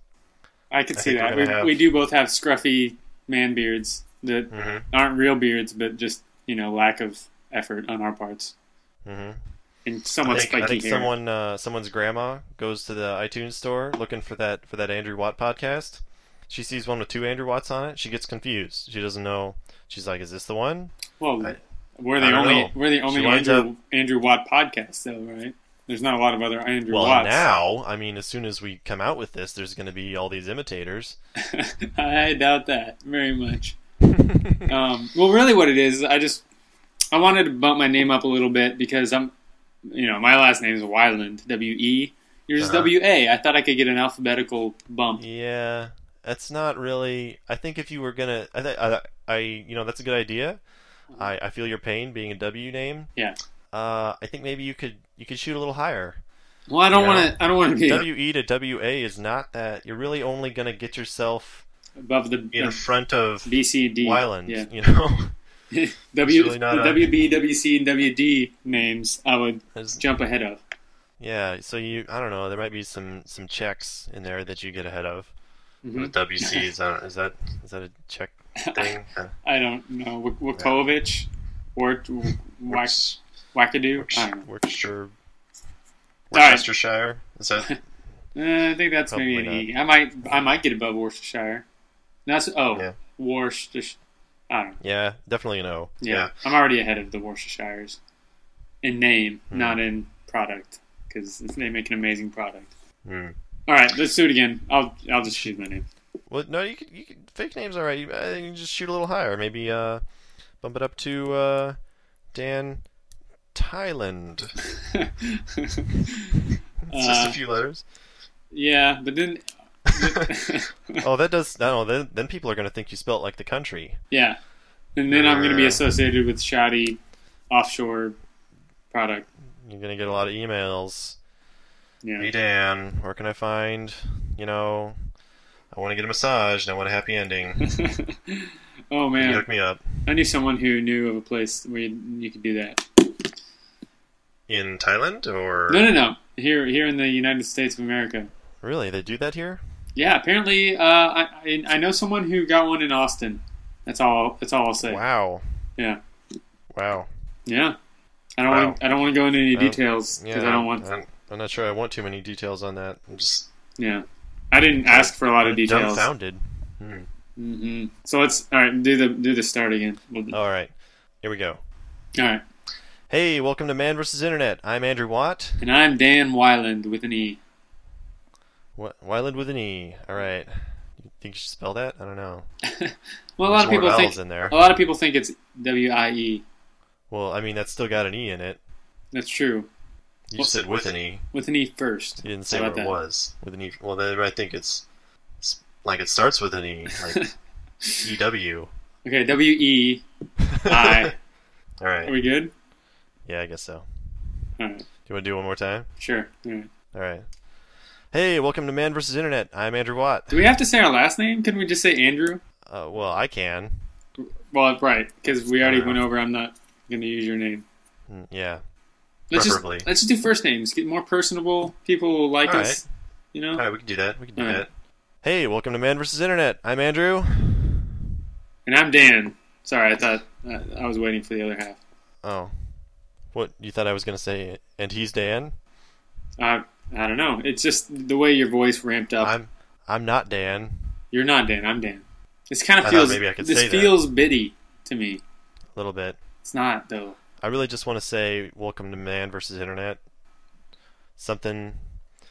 S2: I could
S1: I
S2: see
S1: think we're
S2: that. We,
S1: gonna have-
S2: we do both have scruffy man beards that
S1: Mm-hmm.
S2: aren't real beards, but just you know lack of effort on our parts
S1: Mm-hmm.
S2: and
S1: I
S2: somewhat
S1: think,
S2: spiky
S1: I think
S2: hair.
S1: someone uh, someone's grandma goes to the iTunes store looking for that for that Andrew Watt podcast. She sees one with two Andrew Watts on it. She gets confused. She doesn't know. She's like, "Is this the one?"
S2: well,
S1: I-
S2: we're
S1: I
S2: the
S1: don't
S2: only
S1: know.
S2: we're the only
S1: She winds
S2: Andrew Andrew Watt podcast, though, right? There's not a lot of other Andrew
S1: Well,
S2: Watts.
S1: now, I mean, as soon as we come out with this, there's going to be all these imitators.
S2: I doubt that very much. um, well, really, what it is, I just I wanted to bump my name up a little bit because I'm, you know, my last name is Wyland, W E. Yours is
S1: Uh-huh.
S2: W A. I thought I could get an alphabetical bump.
S1: Yeah, that's not really. I think if you were gonna, I, th- I, I you know, that's a good idea. I, I feel your pain being a W name.
S2: Mm-hmm. Yeah.
S1: Uh, I think maybe you could you could shoot a little higher.
S2: Well, I don't
S1: Yeah.
S2: want to. I don't want to be
S1: W E to W A is not that. You're really only gonna get yourself
S2: above the
S1: in
S2: uh,
S1: front of
S2: B C
S1: E
S2: D.
S1: Wyland.
S2: Yeah.
S1: You know,
S2: W
S1: really not
S2: the
S1: a-
S2: W B W C and W D names I would
S1: There's-
S2: jump ahead of.
S1: Yeah, so you, I don't know, there might be some some checks in there that you get ahead of.
S2: Mhm.
S1: With WCs, I don't, is that is that a check thing? Uh,
S2: I don't know. W- Wakovich? Wart, w- Wack,
S1: Worc-
S2: Wackadoo? I don't know.
S1: Worcester,
S2: All right.
S1: Worcestershire. Is that
S2: Uh, I think that's maybe an
S1: Probably
S2: E. I might, I might get above Worcestershire. No, That's, oh,
S1: Yeah.
S2: Worcestershire. I don't know.
S1: yeah? Definitely an O.
S2: Yeah.
S1: Yeah.
S2: I'm already ahead of the Worcestershires in name,
S1: Hmm.
S2: not in product, because they make an amazing product.
S1: Hmm.
S2: All right, let's do it again. I'll, I'll just choose my name.
S1: Well, no, you could, you could fake names all right. You, I think you just shoot a little higher. Maybe uh, bump it up to uh, Dan Thailand. It's just
S2: Uh,
S1: a few letters.
S2: yeah, but then,
S1: oh, that does no. Then then people are gonna think you spelt like the country.
S2: yeah, and then I'm going to be
S1: Uh.
S2: associated with shoddy offshore product.
S1: You're gonna get a lot of emails.
S2: Yeah.
S1: Hey Dan, where can I find? You know, I want to get a massage and I want a happy ending. Can
S2: oh
S1: you
S2: man,
S1: hook me up
S2: I knew someone who knew of a place where you, you could do that.
S1: in Thailand or
S2: No, no, no. Here, here in the United States of America.
S1: really? They do that here?
S2: Yeah, apparently, uh, I, I I know someone who got one in Austin. That's all. That's all I'll say.
S1: Wow.
S2: Yeah,
S1: Wow.
S2: yeah. I don't.
S1: Wow.
S2: Want, I don't want to go into any
S1: Oh,
S2: details because I don't want.
S1: I'm, I'm not sure. I want too many details on that. I'm just
S2: Yeah, I didn't ask for a lot of details.
S1: dumbfounded. Hmm.
S2: hmm So let's all right. Do the do the start again. We'll,
S1: All right, here we go. Oh.
S2: All right.
S1: Hey, welcome to Man vs. Internet. I'm Andrew Watt.
S2: And I'm Dan Wyland with an E.
S1: Wy- Wyland with an E. All right. You think you should spell that? I don't know.
S2: Well, a lot of
S1: There's more
S2: people think
S1: vowels in there.
S2: a lot of people think it's W I E.
S1: Well, I mean that's still got an E in it.
S2: That's true.
S1: You
S2: Well,
S1: just said with an E.
S2: With an E first.
S1: You didn't say
S2: How
S1: where
S2: about
S1: it
S2: that?
S1: was with an E. Well, then I think it's, it's like it starts with an E, like E W.
S2: Okay, W E I.
S1: All
S2: Are
S1: right.
S2: we good?
S1: Yeah, I guess so.
S2: All right.
S1: Do you want to do it one more time?
S2: Sure. All right.
S1: All right. Hey, welcome to Man vs. Internet. I'm Andrew Watt.
S2: Do we have to say our last name? Couldn't we just say Andrew?
S1: Uh, well, I can.
S2: Well, right, because we already
S1: I don't
S2: went over. I'm not going to use your name.
S1: Mm, Yeah.
S2: Let's
S1: Preferably.
S2: just let's just do first names. Get more personable. People will like
S1: All
S2: us. You know.
S1: All right, we can do that. We can do
S2: All right.
S1: that. Hey, welcome to Man vs. Internet. I'm Andrew.
S2: And I'm Dan. Sorry, I thought uh, I was waiting for the other half.
S1: Oh. What you thought I was gonna say? And he's Dan.
S2: I Uh, I don't know. It's just the way your voice ramped up.
S1: I'm I'm not Dan.
S2: You're not Dan. I'm Dan. This kind
S1: I
S2: of
S1: thought
S2: feels.
S1: maybe I could
S2: this
S1: say that.
S2: feels bitty to me.
S1: A little bit.
S2: It's not though.
S1: I really just want to say welcome to Man versus Internet. Something,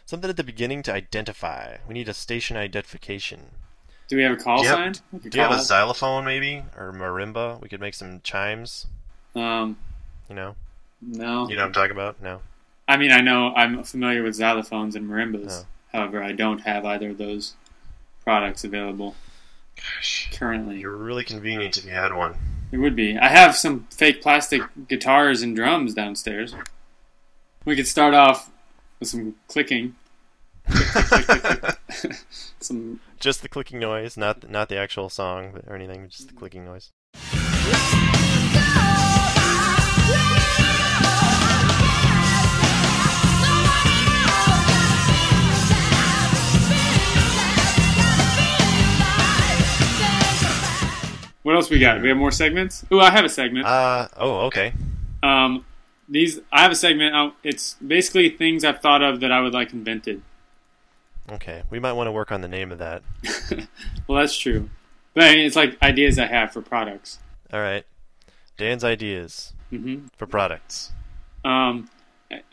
S1: something at the beginning to identify. We need a station identification.
S2: Do we have a call
S1: Do you
S2: sign?
S1: have-
S2: We could
S1: Do you have
S2: call-
S1: a xylophone maybe or marimba? We could make some chimes.
S2: um,
S1: You know,
S2: no.
S1: you know what I'm talking about? No.
S2: I mean, I know I'm familiar with xylophones and marimbas.
S1: Oh.
S2: However, I don't have either of those products available
S1: Gosh,
S2: currently.
S1: you're really convenient if you had one.
S2: It would be. I have some fake plastic guitars and drums downstairs. We could start off with some clicking, some
S1: just the clicking noise, not not the actual song or anything, just the clicking noise.
S2: What else we got? We have more segments. Ooh, I have a segment.
S1: Uh oh, okay.
S2: Um, these I have a segment. Out. It's basically things I've thought of that I would like invented.
S1: Okay, we might want to work on the name of that.
S2: Well, that's true. But I mean, it's like ideas I have for products.
S1: All right, Dan's ideas
S2: hmm
S1: for products.
S2: Um,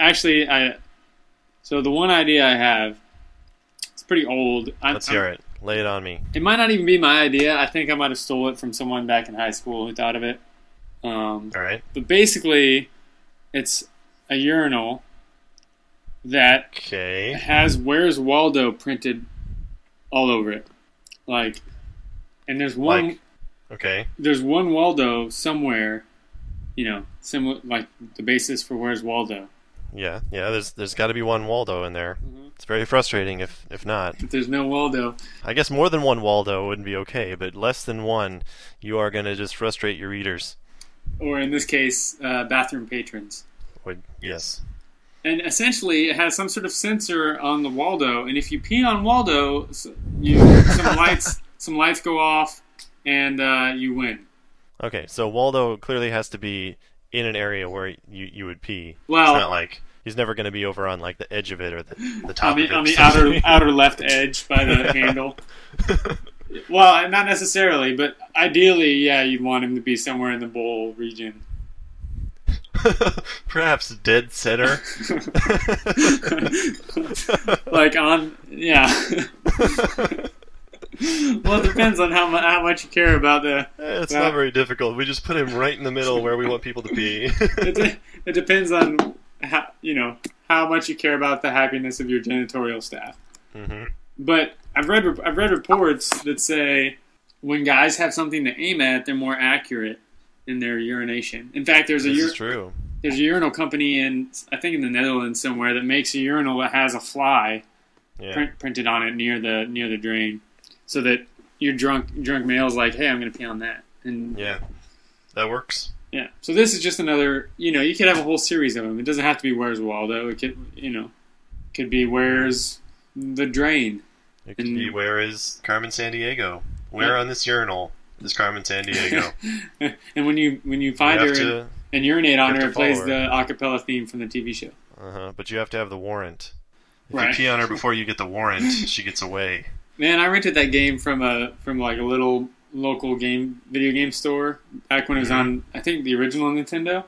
S2: actually, I so the one idea I have it's pretty old. I'm,
S1: Let's hear it. Lay it on me.
S2: It might not even be my idea. I think I might have stole it from someone back in high school who thought of it. Um,
S1: All right.
S2: but basically, it's a urinal that
S1: Okay.
S2: has "Where's Waldo" printed all over it, like, and there's one
S1: Like- Okay.
S2: there's one Waldo somewhere, you know, similar like the basis for "Where's Waldo."
S1: Yeah. Yeah. There's there's got to be one Waldo in there.
S2: Mhm.
S1: It's very frustrating if if not.
S2: If there's no Waldo,
S1: I guess more than one Waldo wouldn't be okay, but less than one, you are gonna just frustrate your readers.
S2: or in this case, uh, bathroom patrons.
S1: Would yes.
S2: Uh, and essentially it has some sort of sensor on the Waldo, and if you pee on Waldo, s- you some lights some lights go off, and uh, you win.
S1: Okay, so Waldo clearly has to be in an area where you you would pee.
S2: Well-
S1: it's not like he's never going to be over on like the edge of it or the, the top
S2: on the
S1: of it.
S2: on
S1: or
S2: the outer
S1: something.
S2: outer left edge by the handle. Well, uh, not necessarily, but ideally, yeah, you'd want him to be somewhere in the bowl region.
S1: Perhaps dead center.
S2: like on, yeah. well, it depends on how, mu- how much you care about the.
S1: Eh, it's
S2: Well-
S1: not very difficult. We just put him right in the middle where we want people to pee.
S2: It, de- it depends on how you know how much you care about the happiness of your janitorial staff.
S1: hmm
S2: But I've read I've read reports that say when guys have something to aim at, they're more accurate in their urination. In fact, there's a
S1: This
S2: ur-
S1: is true.
S2: there's a urinal company in I think in the Netherlands somewhere that makes a urinal that has a fly
S1: Yeah.
S2: print, printed on it near the near the drain, so that your drunk drunk male's like, hey, I'm gonna pee on that, and yeah.
S1: Yeah. That works.
S2: So this is just another you know you could have a whole series of them. It doesn't have to be where's Waldo. It could you know could be where's the drain.
S1: It could be
S2: And-
S1: where is Carmen San Diego? Where on this urinal is Carmen San Diego?
S2: and when you when you find her
S1: have
S2: and,
S1: to,
S2: and urinate on
S1: have
S2: her,
S1: to
S2: it plays
S1: follow
S2: the acapella theme from the TV show.
S1: uh but you have to have the warrant. If
S2: Right.
S1: you pee on her before you get the warrant, she gets away.
S2: Man, I rented that game from a from like a little local game video game store back when it was on I think the original Nintendo,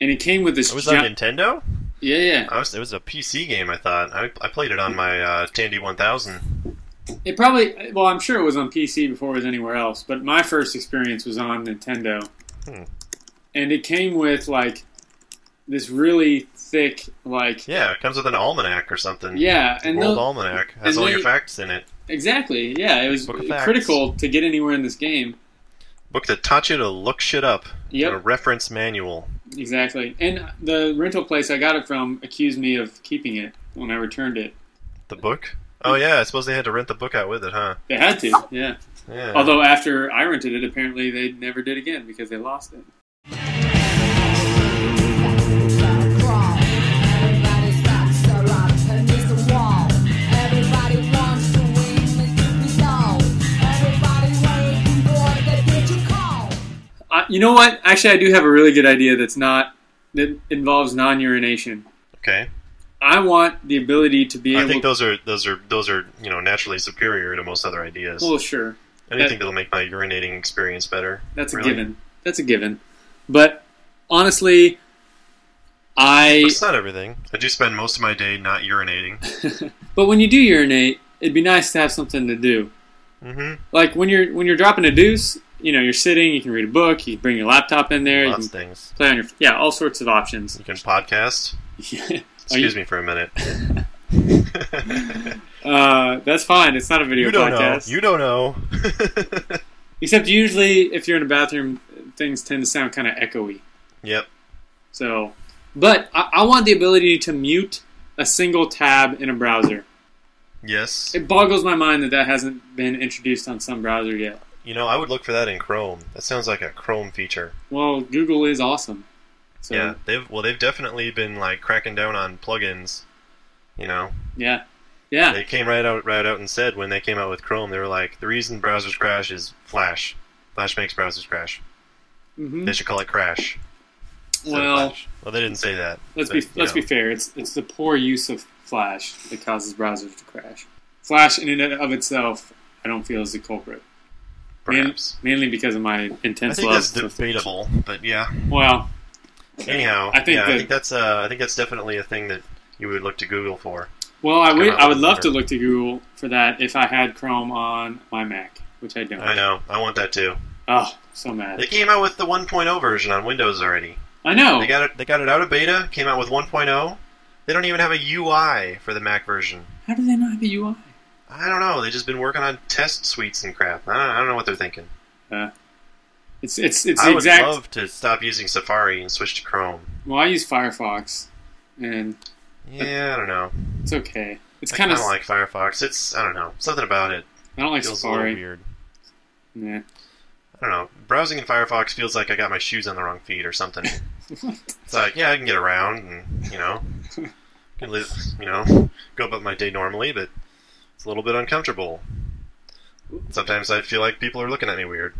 S2: and it came with this.
S1: Mm-hmm. It was on
S2: giant,
S1: Nintendo.
S2: yeah, yeah.
S1: I was, it was a PC game. I thought I, I played it on my uh, Tandy 1000.
S2: It probably well, I'm sure it was on PC before it was anywhere else, but my first experience was on Nintendo,
S1: Hmm.
S2: and it came with like this really thick like yeah,
S1: Yeah, it comes with an almanac or something.
S2: and
S1: World
S2: tho-
S1: Almanac has
S2: and
S1: all
S2: they-
S1: your facts in it.
S2: exactly yeah, it was
S1: Book of Facts.
S2: critical to get anywhere in this game.
S1: Book the Tachi to look shit up.
S2: Yep.
S1: A reference manual.
S2: Exactly. And the rental place I got it from accused me of keeping it when I returned it.
S1: The book. Oh yeah, I suppose they had to rent the book out with it, huh?
S2: They had to, yeah.
S1: Yeah.
S2: Although after I rented it, apparently they never did again because they lost it. I, you know what? Actually, I do have a really good idea that's not that involves non-urination.
S1: okay.
S2: I want the ability to be
S1: I
S2: able.
S1: think those are those are those are you know naturally superior to most other ideas.
S2: well, sure,
S1: Anything that'll make my urinating experience better.
S2: that's a
S1: Really?
S2: given. That's a given. But honestly, I.
S1: But it's not everything. I do spend most of my day not urinating.
S2: But when you do urinate, it'd be nice to have something to do.
S1: hmm
S2: like when you're when you're dropping a deuce, you know, you're sitting, you can read a book, you can bring your laptop in there,
S1: Lots
S2: you
S1: of
S2: can
S1: things.
S2: play on your yeah, all sorts of options.
S1: You can podcast. Excuse me for a minute.
S2: Uh, that's fine. It's not a video
S1: you don't
S2: podcast.
S1: know. You don't know.
S2: Except usually, if you're in a bathroom, things tend to sound kind of echoey.
S1: yep.
S2: So, but I, I want the ability to mute a single tab in a browser.
S1: Yes.
S2: It boggles my mind that that hasn't been introduced on some browser yet.
S1: You know, I would look for that in Chrome. That sounds like a Chrome feature.
S2: Well, Google is awesome. So,
S1: Yeah. They've well, they've definitely been like cracking down on plugins. You know,
S2: yeah, yeah.
S1: they came right out right out and said when they came out with Chrome, they were like, the reason browsers crash is Flash. Flash makes browsers crash.
S2: hmm
S1: They should call it Crash. instead of
S2: Well,
S1: Flash. well, they didn't say that.
S2: Let's
S1: but,
S2: be
S1: you
S2: let's
S1: know.
S2: be fair. It's it's the poor use of Flash that causes browsers to crash. Flash, in and of itself, I don't feel is the culprit. Main-
S1: Perhaps.
S2: mainly because of my
S1: I
S2: intense
S1: think
S2: love.
S1: that's
S2: for-
S1: debatable, but yeah.
S2: well,
S1: Anyhow,
S2: I think
S1: yeah,
S2: that-
S1: I think that's uh, I think that's definitely a thing that you would look to Google for.
S2: well, I would
S1: out
S2: I would
S1: with
S2: love
S1: it.
S2: to look to Google for that if I had Chrome on my Mac, which I don't.
S1: I know. I want that too.
S2: Oh, so mad.
S1: They came out with the 1.0 version on Windows already.
S2: I know.
S1: They got it. They got it out of beta. Came out with 1.0. They don't even have a UI for the Mac version.
S2: How do they not have a UI?
S1: I don't know. They've just been working on test suites and crap. I don't, I don't know what they're thinking.
S2: It's it's it's
S1: I
S2: the
S1: would
S2: exact.
S1: love to stop using Safari and switch to Chrome.
S2: well, I use Firefox, and
S1: Yeah, I don't know.
S2: it's okay. It's
S1: I
S2: kind of
S1: kinda like Firefox. It's I don't know something about it
S2: I don't like
S1: feels a little
S2: Safari.
S1: weird.
S2: Nah.
S1: I don't know. Browsing in Firefox feels like I got my shoes on the wrong feet or something. it's like, yeah, I can get around and, you know, can live, you know, go about my day normally, but it's a little bit uncomfortable. Sometimes I feel like people are looking at me weird.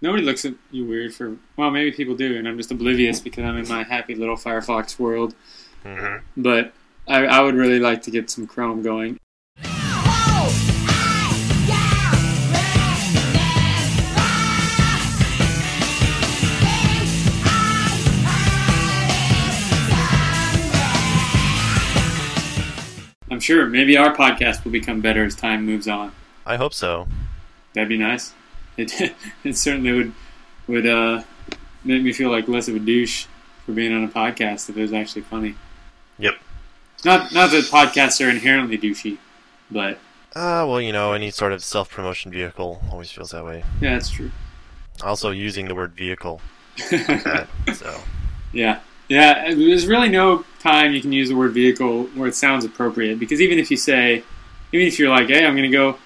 S2: Nobody looks at you weird for. Well, maybe people do, and I'm just oblivious because I'm in my happy little Firefox world.
S1: hmm
S2: But I, I would really like to get some Chrome going. I'm sure maybe our podcast will become better as time moves on.
S1: I hope so.
S2: That'd be nice. It it certainly would would uh, make me feel like less of a douche for being on a podcast if it was actually funny.
S1: Yep.
S2: Not not that podcasts are inherently douchey, but
S1: Ah, well, you know, any sort of self-promotion vehicle always feels that way.
S2: yeah, that's true.
S1: Also, using the word vehicle, that, so
S2: yeah, yeah. There's really no time you can use the word vehicle where it sounds appropriate because even if you say, even if you're like, hey, I'm gonna go,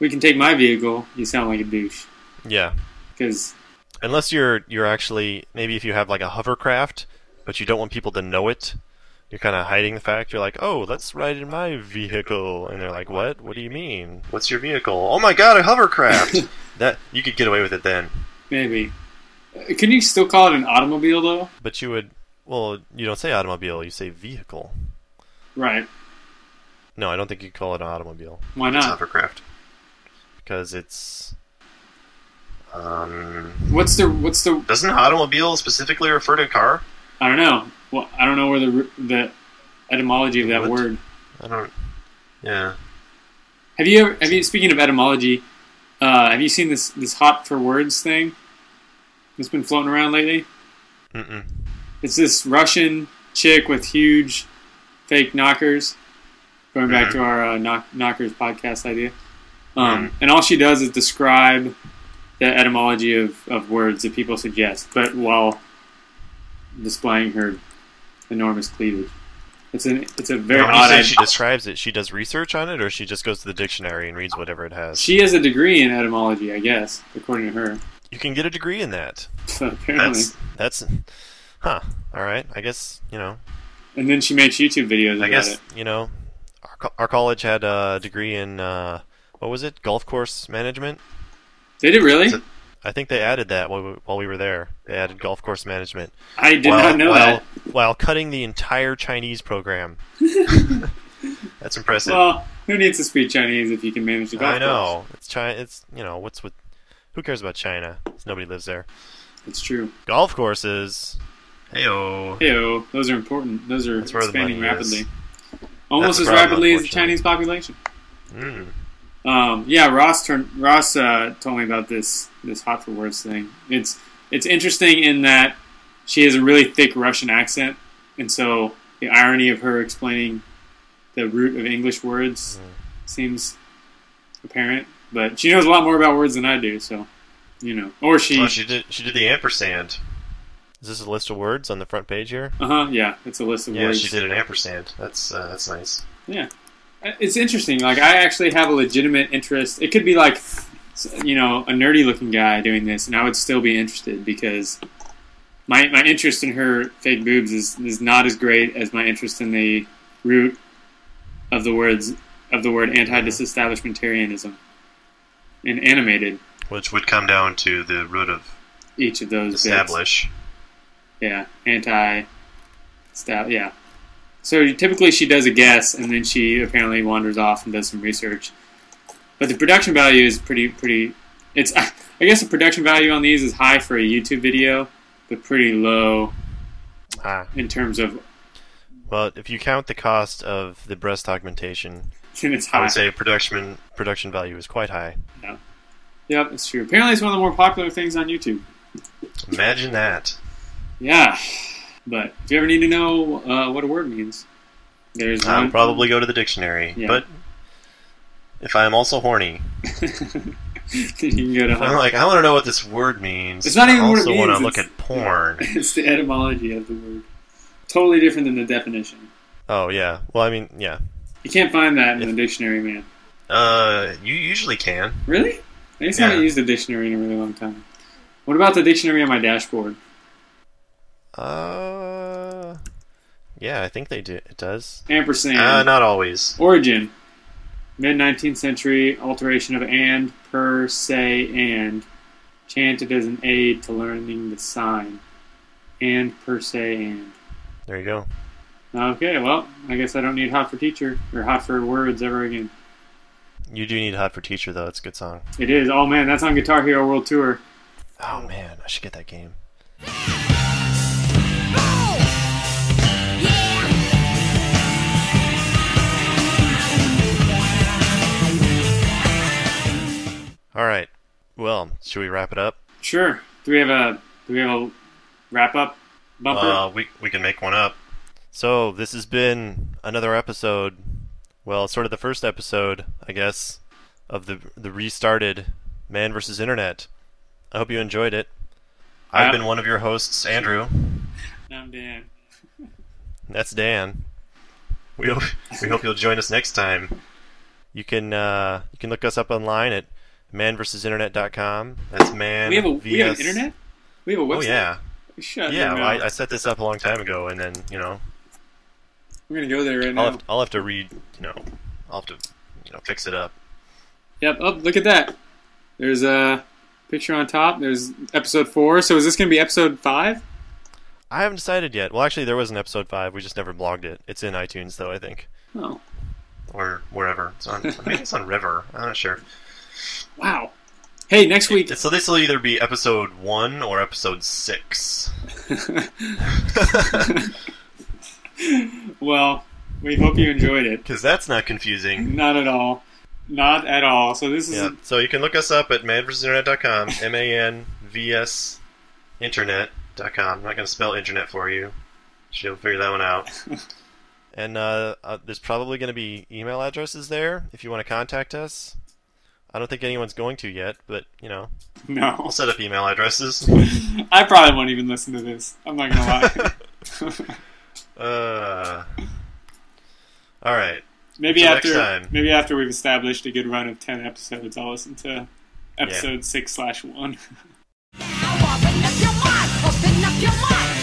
S2: we can take my vehicle, you sound like a douche
S1: yeah.
S2: because
S1: Unless you're you're actually maybe if you have like a hovercraft, but you don't want people to know it, you're kind of hiding the fact. You're like, oh, let's ride in my vehicle, and they're like, what? What do you mean? What's your vehicle? Oh my god, a hovercraft! that you could get away with it then,
S2: maybe. Uh, Can you still call it an automobile though?
S1: but you would. Well, you don't say automobile, you say vehicle.
S2: Right?
S1: No, I don't think you call it an automobile.
S2: Why not?
S1: hovercraft because it's um
S2: What's the what's the
S1: doesn't automobile specifically refer to a car
S2: I don't know. Well, I don't know where the the etymology of that
S1: What?
S2: word.
S1: i don't yeah
S2: Have you ever, have you speaking of etymology? Uh, have you seen this this hot for words thing that's been floating around lately?
S1: Mm-mm.
S2: It's this Russian chick with huge fake knockers. Going back
S1: Mm-hmm.
S2: to our uh, knock, knockers podcast idea, um, and all she does is describe the etymology of, of words that people suggest, but while displaying her enormous cleavage. It's an it's a very
S1: Now, when you
S2: odd.
S1: say
S2: idea.
S1: she describes it she does research on it or she just goes to the dictionary and reads whatever it has
S2: She has a degree in etymology, I guess, according to her.
S1: you can get a degree in that
S2: apparently.
S1: that's that's huh all right i guess you know
S2: And then she makes YouTube videos about
S1: i guess
S2: it.
S1: you know our, co- our college had a degree in uh what was it golf course management
S2: Did it really?
S1: it- i think they added that while we, while we were there they added golf course management
S2: I did
S1: while,
S2: not know
S1: while,
S2: that.
S1: while cutting the entire Chinese program. That's impressive.
S2: Well, who needs to speak Chinese if you can manage to golf
S1: I know it's China. It's you know what's with who cares about China? Nobody lives there.
S2: course? It's true.
S1: Golf courses. Heyo.
S2: Heyo, those are important. Those are
S1: That's where the
S2: expanding
S1: money is.
S2: rapidly. Almost
S1: the
S2: as
S1: problem,
S2: rapidly as the
S1: unfortunately.
S2: Chinese population.
S1: Mm.
S2: Um, yeah, Ross turned, Ross uh, told me about this this hot for words thing. It's it's interesting in that she has a really thick Russian accent, and so the irony of her explaining the root of English words
S1: Hmm.
S2: seems apparent. But she knows a lot more about words than I do, so you know. Or she,
S1: Oh, she did. She did the ampersand. Is this a list of words on the front page here?
S2: uh huh, yeah, it's a list of
S1: Yeah,
S2: words.
S1: she did an ampersand. That's uh, that's nice.
S2: Yeah, Uh, it's interesting. Like I actually have a legitimate interest. It could be like, you know, a nerdy looking guy doing this, and I would still be interested because my my interest in her fake boobs is is not as great as my interest in the root of the words of the word anti disestablishmentarianism and animated
S1: Which would come down to the root of
S2: each of those bits.
S1: establish.
S2: Yeah, anti stab. Yeah. So typically she does a guess, and then she apparently wanders off and does some research. But the production value is pretty pretty. It's I guess the production value on these is high for a YouTube video, but pretty low
S1: Ah,
S2: in terms of.
S1: well, if you count the cost of the breast augmentation,
S2: And it's
S1: I
S2: high.
S1: would say production production value is quite high.
S2: Yep, it's true. Apparently, it's one of the more popular things on YouTube.
S1: Imagine that.
S2: Yeah, but if you ever need to know uh, what a word means, there's
S1: I'll
S2: one.
S1: Uh, probably go to the dictionary.
S2: Mm. Yeah.
S1: But if I'm also horny,
S2: you can go to.
S1: I'm like, I want to know what this word means.
S2: It's not even
S1: I
S2: what it
S1: also want
S2: means,
S1: to look
S2: it's-
S1: at porn.
S2: it's the etymology of the word. Totally different than the definition.
S1: oh yeah. Well, I mean, yeah.
S2: You can't find that in the dictionary, man.
S1: Uh, you usually can.
S2: Really? I just
S1: Yeah.
S2: haven't used a dictionary in a really long time. What about the dictionary on my dashboard?
S1: Uh, Yeah, I think they do. It does.
S2: Ampersand.
S4: Uh, not always.
S2: Origin. Mid 19th century alteration of and, per se, and. Chanted as an aid to learning the sign. And, per se, and.
S1: There you go.
S2: Okay, well, I guess I don't need hot for teacher or hot for words ever again.
S1: You do need "Hot for Teacher" though. It's a good song.
S2: It is. Oh man, that's on Guitar Hero World Tour.
S1: Oh man, I should get that game. All right. Well, should we wrap it up?
S2: Sure. Do we have a do we have a wrap up bumper?
S4: Uh, we we can make one up.
S1: So this has been another episode. Well, sort of the first episode, I guess, of the the restarted Man versus Internet. I hope you enjoyed it.
S4: I've
S2: Uh,
S4: been one of your hosts, Andrew.
S2: I'm Dan.
S1: That's Dan.
S4: We hope, we hope you'll join us next time.
S1: You can uh, you can look us up online at manversusinternet.com. That's man.
S2: We have a we have
S1: vs.
S2: an internet. We have a website.
S1: Oh yeah,
S2: Shut
S1: yeah.
S2: your
S1: well, I, I
S2: mouth.
S1: set this up a long time ago, and then you know
S2: I'm gonna go there right
S1: I'll
S2: now.
S1: have, I'll have to read. You know, I'll have to you know fix it up.
S2: Yep. Oh, look at that. There's a picture on top. There's episode four. So is this gonna be episode five?
S1: I haven't decided yet. Well, actually, there was an episode five. We just never blogged it. It's in iTunes though, I think.
S2: Oh,
S4: Or wherever. It's on, I think it's on River. I'm not sure.
S2: wow. Hey, next week.
S4: So this will either be episode one or episode six.
S2: well, we hope you enjoyed it.
S4: Because that's not confusing.
S2: Not at all. Not at all. So this is
S4: Yeah. So you can look us up at manversinternet.com. M A N V S internet.com. I'm not going to spell internet for you. She'll figure that one out.
S1: And uh, uh, there's probably going to be email addresses there if you want to contact us. I don't think anyone's going to yet, but you know,
S2: no.
S4: I'll set up email addresses.
S2: I probably won't even listen to this. I'm not gonna lie.
S4: Uh, all right.
S2: maybe
S4: Until
S2: after
S4: next time.
S2: maybe after we've established a good run of ten episodes, I'll listen to episode six slash one.
S3: Now open up your mind, open up your mind.